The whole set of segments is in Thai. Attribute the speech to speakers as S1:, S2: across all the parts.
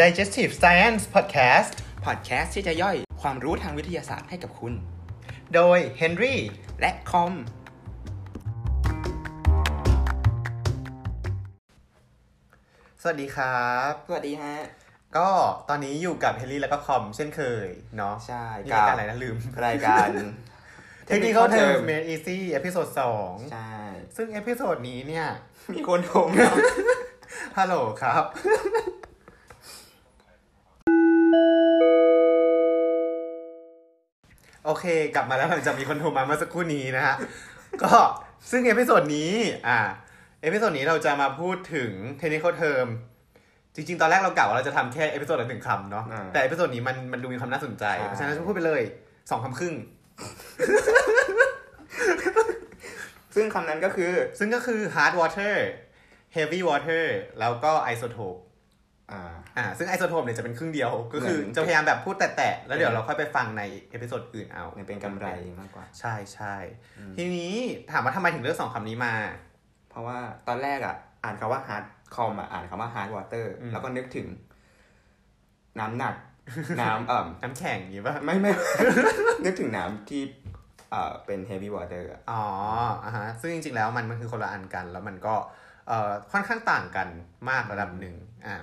S1: Digestive Science Podcast
S2: พอดแคสต์ที่จะย่อยความรู้ทางวิทยาศาสตร์ให้กับคุณ
S1: โดย Henry
S2: และคอม
S1: สวัสดีครับ
S2: สวัสดีฮะ
S1: ก็ตอนนี้อยู่กับ Henry แล้วก็คอมเช่นเคยเนาะ
S2: ใช่
S1: นี่
S2: กั
S1: ราย
S2: บ
S1: การอะไรนะลืม
S2: ราย การ
S1: Technical Terms Made Easy เอพิโซด2
S2: ใช่
S1: ซึ่งเอพิโซดนี้เนี่ย
S2: มีคนโทรมา
S1: ฮัลโหลครับ โอเค กลับมาแล้วหลังจากมีคนโทรมาเมื่อสักครู่นี้นะฮะ ก็ซึ่งเอพิโซดนี้ อ่า เอพิโซดนี้เราจะมาพูดถึง technical term จริงๆ ตอนแรกเรากะว่าเราจะทำแค่เอพิโซดละหนึ่งคำเนาะ
S2: อ่า
S1: แต่เอพิโซดนี้มันมันดูมีความน่าสนใจ
S2: ใช่
S1: เพราะฉะนั้นจะพูดไปเลยสองคำครึ่ง
S2: ซึ่งคำนั้นก็คือ
S1: ซึ่งก็คือ hard water heavy water แล้วก็ isotope
S2: อ่า
S1: อ่าซึ่งไอโซโทปเนี่ยจะเป็นครึ่งเดียว ก็คือ
S2: เหมือน
S1: จะพยายามแบบพูดแตะๆแล้วเดี๋ยวเราค่อยไปฟังในเอพิโซดอื่นเอา
S2: เนี่ยเป็นกำไรมากกว่า
S1: ใช่ใช่
S2: อืม
S1: ทีนี้ถามว่าทำไมถึงเลือกสองคำนี้มา
S2: เพราะว่าตอนแรกอ่ะ อ่านคำว่า hard คอมอ่ะ อ่านคำว่า hard water
S1: อืม
S2: แล้วก็นึกถึง น้ำห นัก น้ำเอ่อ
S1: น้ำแข็งอย่างนี้ป่ะ
S2: ไม่ไม่ นึกถึงน้ำที่เอ่อเป็น heavy water อะ
S1: อ๋ออ่าฮะซึ่งจริงๆแล้วมันมันคือคนละอันกัน แล้วมันก็เอ่อค่อนข้างต่างกันมากระ ดับหนึ่งอ่า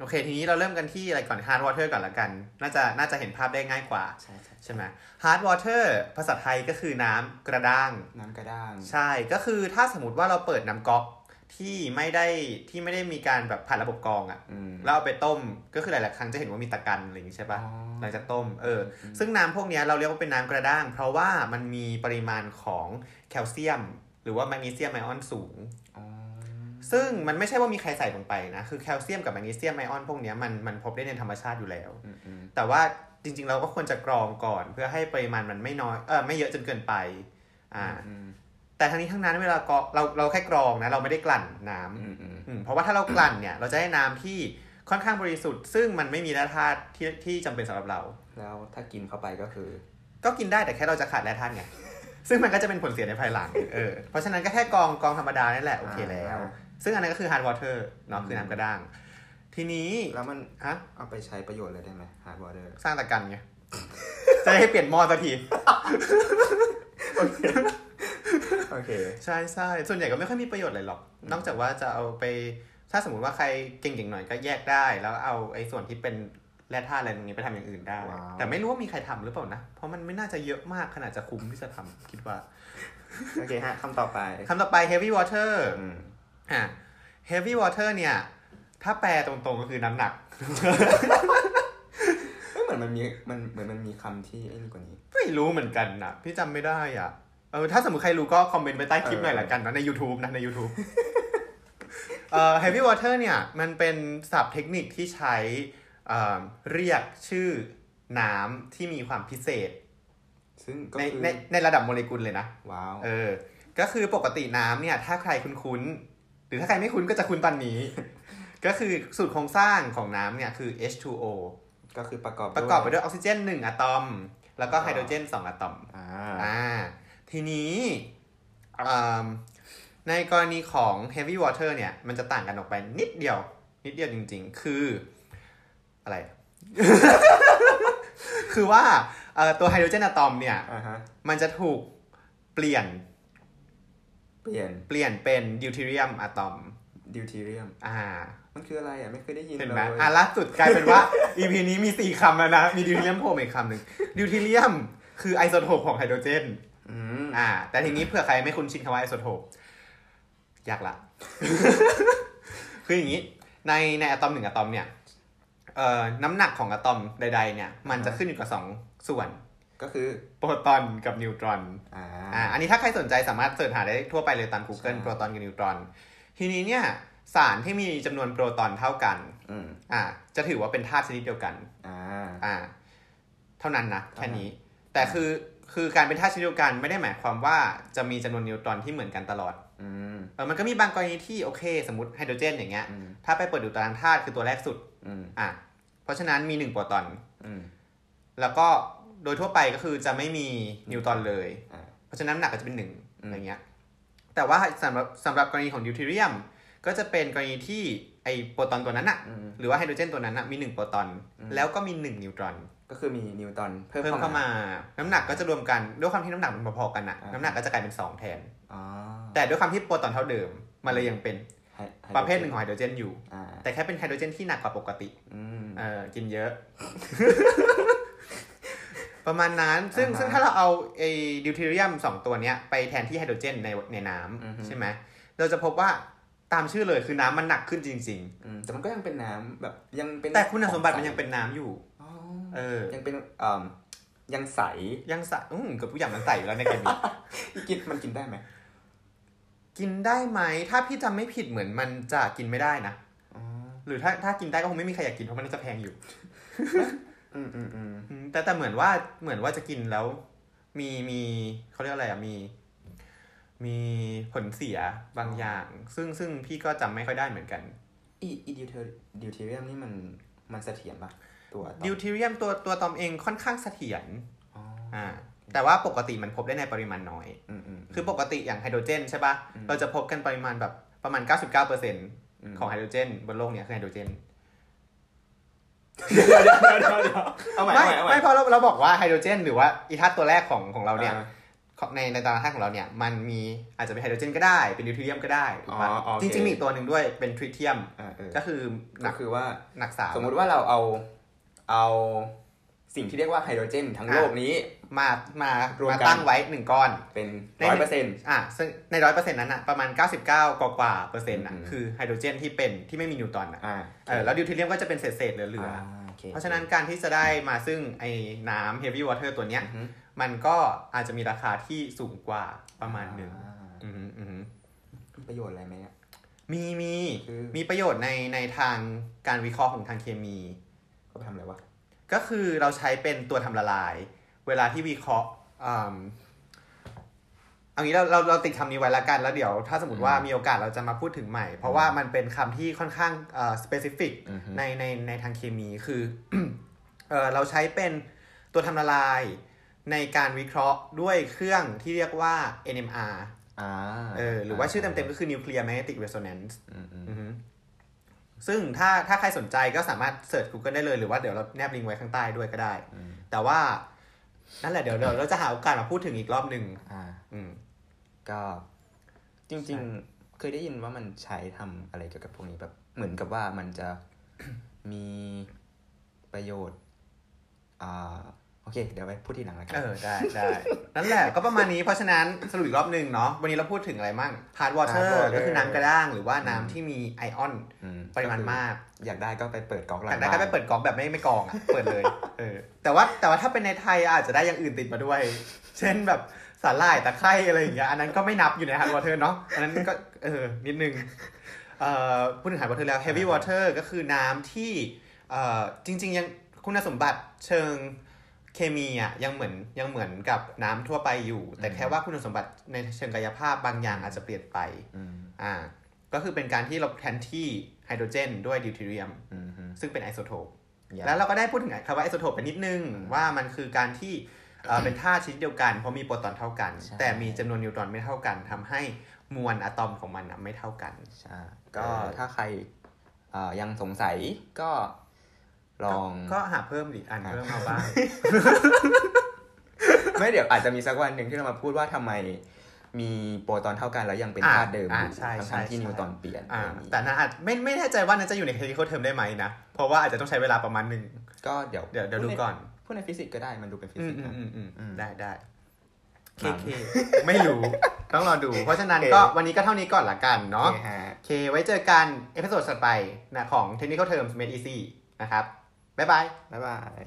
S1: โอเค ทีนี้เราเริ่มกันที่อะไรก่อน hard water ก่อนละกัน น่าจะน่าจะเห็นภาพได้ง่ายกว่า
S2: ใช่ใช่
S1: ใช่ไหม hard water ภาษาไทยก็คือน้ำกระด้าง
S2: น้ำกระด้าง
S1: ใช่ ก็คือถ้าสมมติว่าเราเปิดน้ำก๊อกที่ไม่ได้ที่ไม่ได้มีการแบบผ่านระบบกรองอะ่ะ
S2: อืม
S1: แล้วเอาไปต้ม ก็คือหลาย ๆ ครั้งจะเห็นว่ามีตะกันอะไรอย่างนี้ใช่ปะ่ะ
S2: อ๋อ
S1: หลังจากต้ม เออ ซึ่งน้ำพวกเนี้ยเราเรียกว่าเป็นน้ำกระด้าง เพราะว่ามันมีปริมาณของแคลเซียม หรือว่าแมกนีเซียมไอออนสูง
S2: อ๋อ
S1: ซึ่งมันไม่ใช่ว่ามีใครใส่ลงไปนะ คือแคลเซียมกับแมกนีเซียมไอออนพวกเนี้ยมันมันพบได้ในธรรมชาติอยู่แล้ว
S2: อืมอืม
S1: แต่ว่าจริง ๆ เราก็ควรจะกรองก่อน เพื่อให้ปริมาณมันไม่น้อย เออไม่เยอะจนเกินไป อ่า
S2: อืม
S1: แต่ทั้งนี้ทั้งนั้นเวลากรองเราเราแค่กรองนะเราไม่ได้กลั่นน้ำ
S2: อืมอืม
S1: อืมเพราะว่าถ้าเรากลั่นเนี่ย เราจะได้น้ำที่ค่อนข้างบริสุทธิ์ ซึ่งมันไม่มีแร่ธาตุที่ที่จำเป็นสำหรับเรา
S2: แล้วถ้ากินเข้าไปก็คือ
S1: ก็กินได้แต่แค่เราจะขาดแร่ธาตุไง ซึ่งมันก็จะเป็นผลเสียในภายหลังเออเพราะฉะนั้นก็แค่กรองกรองธรรมดานั่นแหละโอเคแล้ว
S2: อ่า
S1: ซึ่งอันนั้นก็คือ hard water เนาะคือ
S2: อื
S1: น้ำ
S2: ม
S1: กระด้าง ทีนี้
S2: แล้วมัน
S1: ฮะ
S2: เอาไปใช้ประโยชน์อะไรได้ไหม hard water
S1: สร้างตะกันไง จะได้เปลี่ยนหม้อสักที
S2: โอเค
S1: ใช่ใช่ส่วนใหญ่ก็ไม่ค่อยมีประโยชน์อะไรหรอก นอกจากว่าจะเอาไป ถ้าสมมติว่าใครเก่งๆหน่อยก็แยกได้ แล้วเอาไอ้ส่วนที่เป็นแร่ธาตุอะไรตรงนี้ไปทำอย่างอื่นได้
S2: ว้าว
S1: แต่ไม่รู้ว่ามีใครทำหรือเปล่านะ เพราะมันไม่น่าจะเยอะมากขนาดจะคุ้มที่จะทำคิดว่า
S2: โอเคฮะคำต่อไป
S1: คำต่อไป heavy water
S2: อืม
S1: อ่ะ heavy water เนี่ย ถ้าแปลตรงๆก็คือน้ำหนัก
S2: เอ้ยเหมือนมันมีมันเหมือนมันมีคำที่ไอ้นี่กว่านี้
S1: ไม่รู้เหมือนกันนะพี่จำไม่ได้อ่ะเออถ้าสมมติใครรู้ก็คอมเมนต์ไปใต้คลิปหน่อยละกันนะใน YouTube นะใน YouTube เอ่อ heavy water เนี่ย มันเป็นศัพท์เทคนิคที่ใช้เอ่อเรียกชื่อน้ำที่มีความพิเศษ
S2: ซึ่งก็
S1: ใน
S2: คือ
S1: ในในระดับโมเลกุลเลยนะ
S2: ว้าว
S1: เออ ก็คือปกติน้ำเนี่ย ถ้าใครคุ้นๆ หรือถ้าใครไม่คุ้นก็จะคุ้นตอนนี้ ก็คือสูตรโครงสร้างของน้ำเนี่ยคือ H2O
S2: ก็คือประกอบ
S1: ประกอบไปด้วยออกซิเจน 1 อะตอม แล้วก็ไฮโดรเจน 2 อะตอม
S2: อ่า
S1: อ่าทีนี้อ่าในกรณีของ heavy water เนี่ย มันจะต่างกันออกไปนิดเดียว นิดเดียวจริงๆ คือ อะไร คือว่าเอ่อตัวไฮโดรเจนอะตอมเนี่ย
S2: อ่าฮะ
S1: มันจะถูกเปลี่ยน
S2: เปลี่ยน
S1: เปลี่ยนเป็นดิวเทเรียมอะตอม
S2: ดิวทีเรียม
S1: อ่า
S2: มันคืออะไรอ่ะ ไม่เคยได้ยิน
S1: เห็น
S2: เล
S1: ไหม
S2: ย
S1: อ่ะล่าสุดกลายเป็นว่า EP นี้มีสี่คำแล้วนะ มีดิวเทเรียมโผล่มาอีกคำหนึ่งดิวเทเรียมคือไอโซโทปของไฮโดรเจน
S2: อืม
S1: อ่าแต่ทีนี้เผื่อใครไม่คุ้นชินคำว่าไอโซโทปยากละ คืออย่างนี้ในในอะตอมหนึ่งอะตอมเนี่ยเอ่อน้ำหนักของอะตอมใด ๆ เนี่ย มันจะขึ้นอยู่กับสองส่วน
S2: ก็คือ
S1: โปรตอนกับนิวตรอน
S2: อ่า
S1: อ่าอันนี้ถ้าใครสนใจสามารถเสิร์ชหาได้ทั่วไปเลยตาม Google
S2: ใช่
S1: โปรตอนกับนิวตรอน ทีนี้เนี่ย สารที่มีจำนวนโปรตอนเท่ากัน
S2: อืม
S1: อ่าจะถือว่าเป็นธาตุชนิดเดียวกัน
S2: อ่า
S1: อ่า เท่านั้นนะ
S2: เท่านั้
S1: แค่
S2: น
S1: นี้ แต่คือคือการเป็นธาตุชนิดเดียวกันไม่ได้หมายความว่าจะมีจำนวนนิวตรอนที่เหมือนกันตลอด
S2: อืม
S1: เออมันก็มีบางกรณีที่โอเค สมมติไฮโดรเจนอย่างเงี้ย
S2: อืม
S1: ถ้าไปเปิดดูตารางธาตุคือตัวแรกสุด
S2: อืม
S1: อ่ะเพราะฉะนั้นมีหนึ่งโปรตอน
S2: อืม
S1: แล้วก็โดยทั่วไปก็คือจะไม่มีนิวตรอนเลย
S2: อ่า
S1: เพราะฉะนั้นน้ำหนักก็จะเป็นหนึ่ง
S2: อืม
S1: อะไรเงี้ยแต่ว่าสำหรับสำหรับกรณีของดิวเทเรียม ก็จะเป็นกรณีที่ไอ อโปรตอนตัวนั้นอะ
S2: อืม
S1: หรือว่าไฮโดรเจนตัวนั้นอะมีหนึ่งโปรตอน
S2: อืม
S1: แล้วก็มีหนึ่งนิวตรอน
S2: ก็คือมีนิวตันเพิ่ม
S1: เพิ่ม
S2: เข้า
S1: เข้า
S2: มา
S1: มา น้ำหนักก็จะรวมกันด้วยความที่น้ำหนักมันพอๆกันอะ
S2: อ่า
S1: น้ำหนักก็จะกลายเป็นสองแทน
S2: อ๋อ
S1: แต่ด้วยความที่โปรตอนเท่าเดิม มันเลยยังเป็น
S2: ไฮไฮโดจ
S1: ประเภทหนึ่งของไฮโดรเจนอยู่
S2: อ่า
S1: แต่แค่เป็นไฮโดรเจนที่หนักกว่าปกติ
S2: อืม
S1: เออกินเยอะ ประมาณนั้นซึ่ง
S2: อ่าฮะ
S1: ซึ่งถ้าเราเอาไอ้ดิวเทเรียมสองตัวเนี้ย ไปแทนที่ไฮโดรเจนในในน้
S2: อือฮึ
S1: ำใช่ไหมเราจะพบว่าตามชื่อเลยคือน้ำมันหนักขึ้นจริง
S2: อืมแต่มันก็ยังเป็นน้ำแบบยังเป็น
S1: ๆ แต่คุณสมบัติมันยังเป็นน้ำอยู่
S2: อ๋อ
S1: เออ
S2: ยังเป็นเอ่อยังใส
S1: ยังใสอืมเกับทุกอย่างมันใสอยู่แล้วในเกมนี้
S2: อีกินมันกินได้ไหม
S1: กินได้ไหม ถ้าพี่จำไม่ผิดเหมือนมันจะกินไม่ได้นะ
S2: อ๋อ
S1: หรือถ้าถ้ากินได้ก็คงไม่มีใครอยากกินเพราะมันนาจะแพงอยู่
S2: อืมอืมอืม
S1: อืมแต่แต่เหมือนว่าเหมือนว่าจะกินแล้ว มีมีเขาเรียกอะไรอะมี มีผลเสียบางอย่าง ซึ่งซึ่งพี่ก็จำไม่ค่อยได้เหมือนกัน
S2: อีอีดิวเทอดิวเทเรียมนี่มันมันเสถียรปะตัวตอน
S1: ดิวเทเรียมตัวตัวตอมเองค่อนข้างเสถียร
S2: อ๋อ
S1: อ่าแต่ว่าปกติมันพบได้ในปริมาณน้อย
S2: อืมอืมม
S1: คือปกติอย่างไฮโดรเจนใช่ปะ่ะ
S2: อืม
S1: เราจะพบกันปริมาณแบบประมาณ 99%
S2: ม
S1: ของไฮโดรเจนบนโลกเนี้ยคือไฮโดรเจน
S2: เดี๋ยวเดี๋ยวเดี๋ยวเดี๋ยวเดี๋ยวเอาใหม่
S1: ไม่
S2: เอาใหม่
S1: ไม่เพราะเราเราบอกว่าไฮโดรเจน หรือว่าอีธาตุตัวแรกของของเราเนี่ย
S2: อ่
S1: ของในในตารางธาตุของเราเนี่ยมันมีอาจจะเป็นไฮโดรเจนก็ได้เป็นดิวเทเรียมก็ได้ถูกปะ
S2: อ๋อโอเค
S1: จริงๆมีอีกตัวหนึ่งด้วยเป็นทริเทียม
S2: อ่าเออ
S1: ก็คือห
S2: ก็
S1: นัก
S2: คือว่า
S1: หนักสาม
S2: สมมุติว่าเราเอาเอาสิ่งที่เรียกว่าไฮโดรเจนทั้งโลกนี้
S1: มามมาร
S2: รวมกั
S1: มาน ตั้งไว้หนึ่งก้อน
S2: เป็น
S1: ใน
S2: ร้อยเปอร์เซ็นต์
S1: อ่ะซึ่งในร้อยเปอร์เซ็นต์นั้นอ่ะประมาณ 99 กว่ากว่าเปอร์เซ็นต์อ่ะ
S2: อืม
S1: คือไฮโดรเจนที่เป็นที่ไม่มีนิวตรอนอ่ะ
S2: อ่า
S1: เออแล้วดิวเทเรียมก็จะเป็นเศษเศษๆเหลือๆ
S2: าโอค
S1: เพราะฉะนั้นการที่จะได้มาซึ่งไอ้น้ำเฮฟวี่วอเตอร์ตัวเนี้ย
S2: อือฮึ
S1: มันก็อาจจะมีราคาที่สูงกว่าประมาณหนึ่ง
S2: อ่า
S1: อืมอืม
S2: ประโยชน์อะไรไหมเนี่ย
S1: มีมี
S2: คือ
S1: มีประโยชน์ในในทางการวิเคราะห์ของทางเคมี
S2: เขาไปทำอะไรวะ
S1: ก็คือเราใช้เป็นตัวทำละลาย เวลาที่วิเคราะห์อืมเอางี้เราเราเราติดคำนี้ไว้ละกันแล้วเดี๋ยว ถ้าสมมติว่ามีโอกาสเราจะมาพูดถึงใหม่ เพราะว่ามันเป็นคำที่ค่อนข้างเอ่อ specific ในในในทางเคมีคือ เอ่อเราใช้เป็นตัวทำละลาย ในการวิเคราะห์ด้วยเครื่องที่เรียกว่า NMR
S2: อ่า
S1: เออหรือว่าชื่อเต็มๆก็คือ Nuclear Magnetic Resonance
S2: อืมอืม
S1: อือฮึซึ่งถ้าถ้าใครสนใจก็สามารถเสิร์ช Google ได้เลย หรือว่าเดี๋ยวเราแนบลิงก์ไว้ข้างใต้ด้วยก็ได้
S2: อืม
S1: แต่ว่า นั่นแหละเดี๋ยวเดี๋ยวเราจะหาโอกาสมาพูดถึงอีกรอบหนึ่ง
S2: อ่า
S1: อืม
S2: ก็จ
S1: ใช่
S2: ริงๆ เคยได้ยินว่ามันใช้ทำอะไรเกี่ยวกับพวกนี้แบบเหมือนกับว่ามันจะ มีประโยชน์อ่าโอเค เดี๋ยวไปพูดทีหลังแล้วกั
S1: เอน อ ได้ได้ นั่นแหละก็ประมาณนี้เพราะฉะนั้นสรุปอีกรอบหนึ่งเนาะวันนี้เราพูดถึงอะไรมั่ง hard water
S2: Hard water
S1: ก็คือน้ำกระด้างหรือว่าน้ำ
S2: อืม
S1: ที่มีไอออน
S2: อืม
S1: ปริมาณมาก
S2: อยากได้ก็ไปเปิดกอกหลั
S1: แต่
S2: ง
S1: ได้ก็ไป
S2: บ้น
S1: เปิดกล่องแบบไม่ไม่กรองอ่ะเปิด เลยเออแต่ว่าแต่ว่าถ้าเป็นในไทยอาจจะได้อย่างอื่นติดมาด้วย เช่นแบบสาหร่ายตะไคร้อะไรอย่างเงี้ยอันนั้นก็ไม่นับอยู่ใน hard water เนาะอันนั้นก็เออนิดนึงเอ่อพูดถึง hard water แล้ว heavy water ก็คือน้ำที่เอ่อจริง ๆ ยังคุณสมบัติเชิงเคมีอ่ะยังเหมือนยังเหมือนกับน้ำทั่วไปอยู่ แต่แค่ว่าคุณสมบัติในเชิงกายภาพบางอย่างอาจจะเปลี่ยนไป
S2: อืม
S1: อ่าก็คือเป็นการที่เราแทนที่ไฮโดรเจนด้วยดิวเทเรียม
S2: อืมฮึ
S1: ซึ่งเป็นไอโซโทป
S2: อย่า
S1: แล้วเราก็ได้พูดถึงคำว่าไอโซโทปไปนิดนึง ว่ามันคือการที่เอ่อเป็นธาตุชนิดเดียวกัน เพราะมีโปรตอนเท่ากัน แต่มีจำนวนนิวตรอนไม่เท่ากันทำให้มวลอะตอมของมันอะไม่เท่ากัน
S2: ใช่ก็ถ้าใครเอ่อยังสงสัยก็ ลอง
S1: ก็หาเพิ่มดิอ่านเพิ่มเอา บ้าง
S2: ไม่เดี๋ยวอาจจะมีสักวันหนึ่งที่เรามาพูดว่าทำไมมีโปรตอนเท่ากันแล้วยังเป็น
S1: อ่า
S2: ธาตุเดิมอยู่
S1: อ่าใช่ใช่
S2: ทั้งๆที่
S1: ใช่
S2: นิวตอนเปลี่ยน
S1: อ่า
S2: อะไรอย่างนี้
S1: แต่น่าอาจไม่ไม่แน่ใจว่าน่าจะอยู่ในเทคนิคเทอมได้ไหมนะ เพราะว่าอาจจะต้องใช้เวลาประมาณหนึ่ง
S2: ก็เดี๋ยว
S1: เดี๋ยวเดี๋ยวดูก่อน
S2: พูดในฟิสิกส์ก็ได้มันดูเป็นฟิ
S1: อื
S2: สิ
S1: มอืม
S2: กส์นะ
S1: อืมอืม
S2: อืม
S1: ได้ได้เค
S2: หนัง
S1: เคไม่รู้ ต้องรอดู เพราะฉะนั้นก็วันนี้ก็เท่านี้ก่อนละกัน
S2: โอ
S1: เนาะ
S2: เคฮะ
S1: โอเค ไว้เจอกัน เอพิโซดถัดไปนะของ Technical Terms Made Easy นะครับ บ๊ายบาย
S2: บ๊ายบาย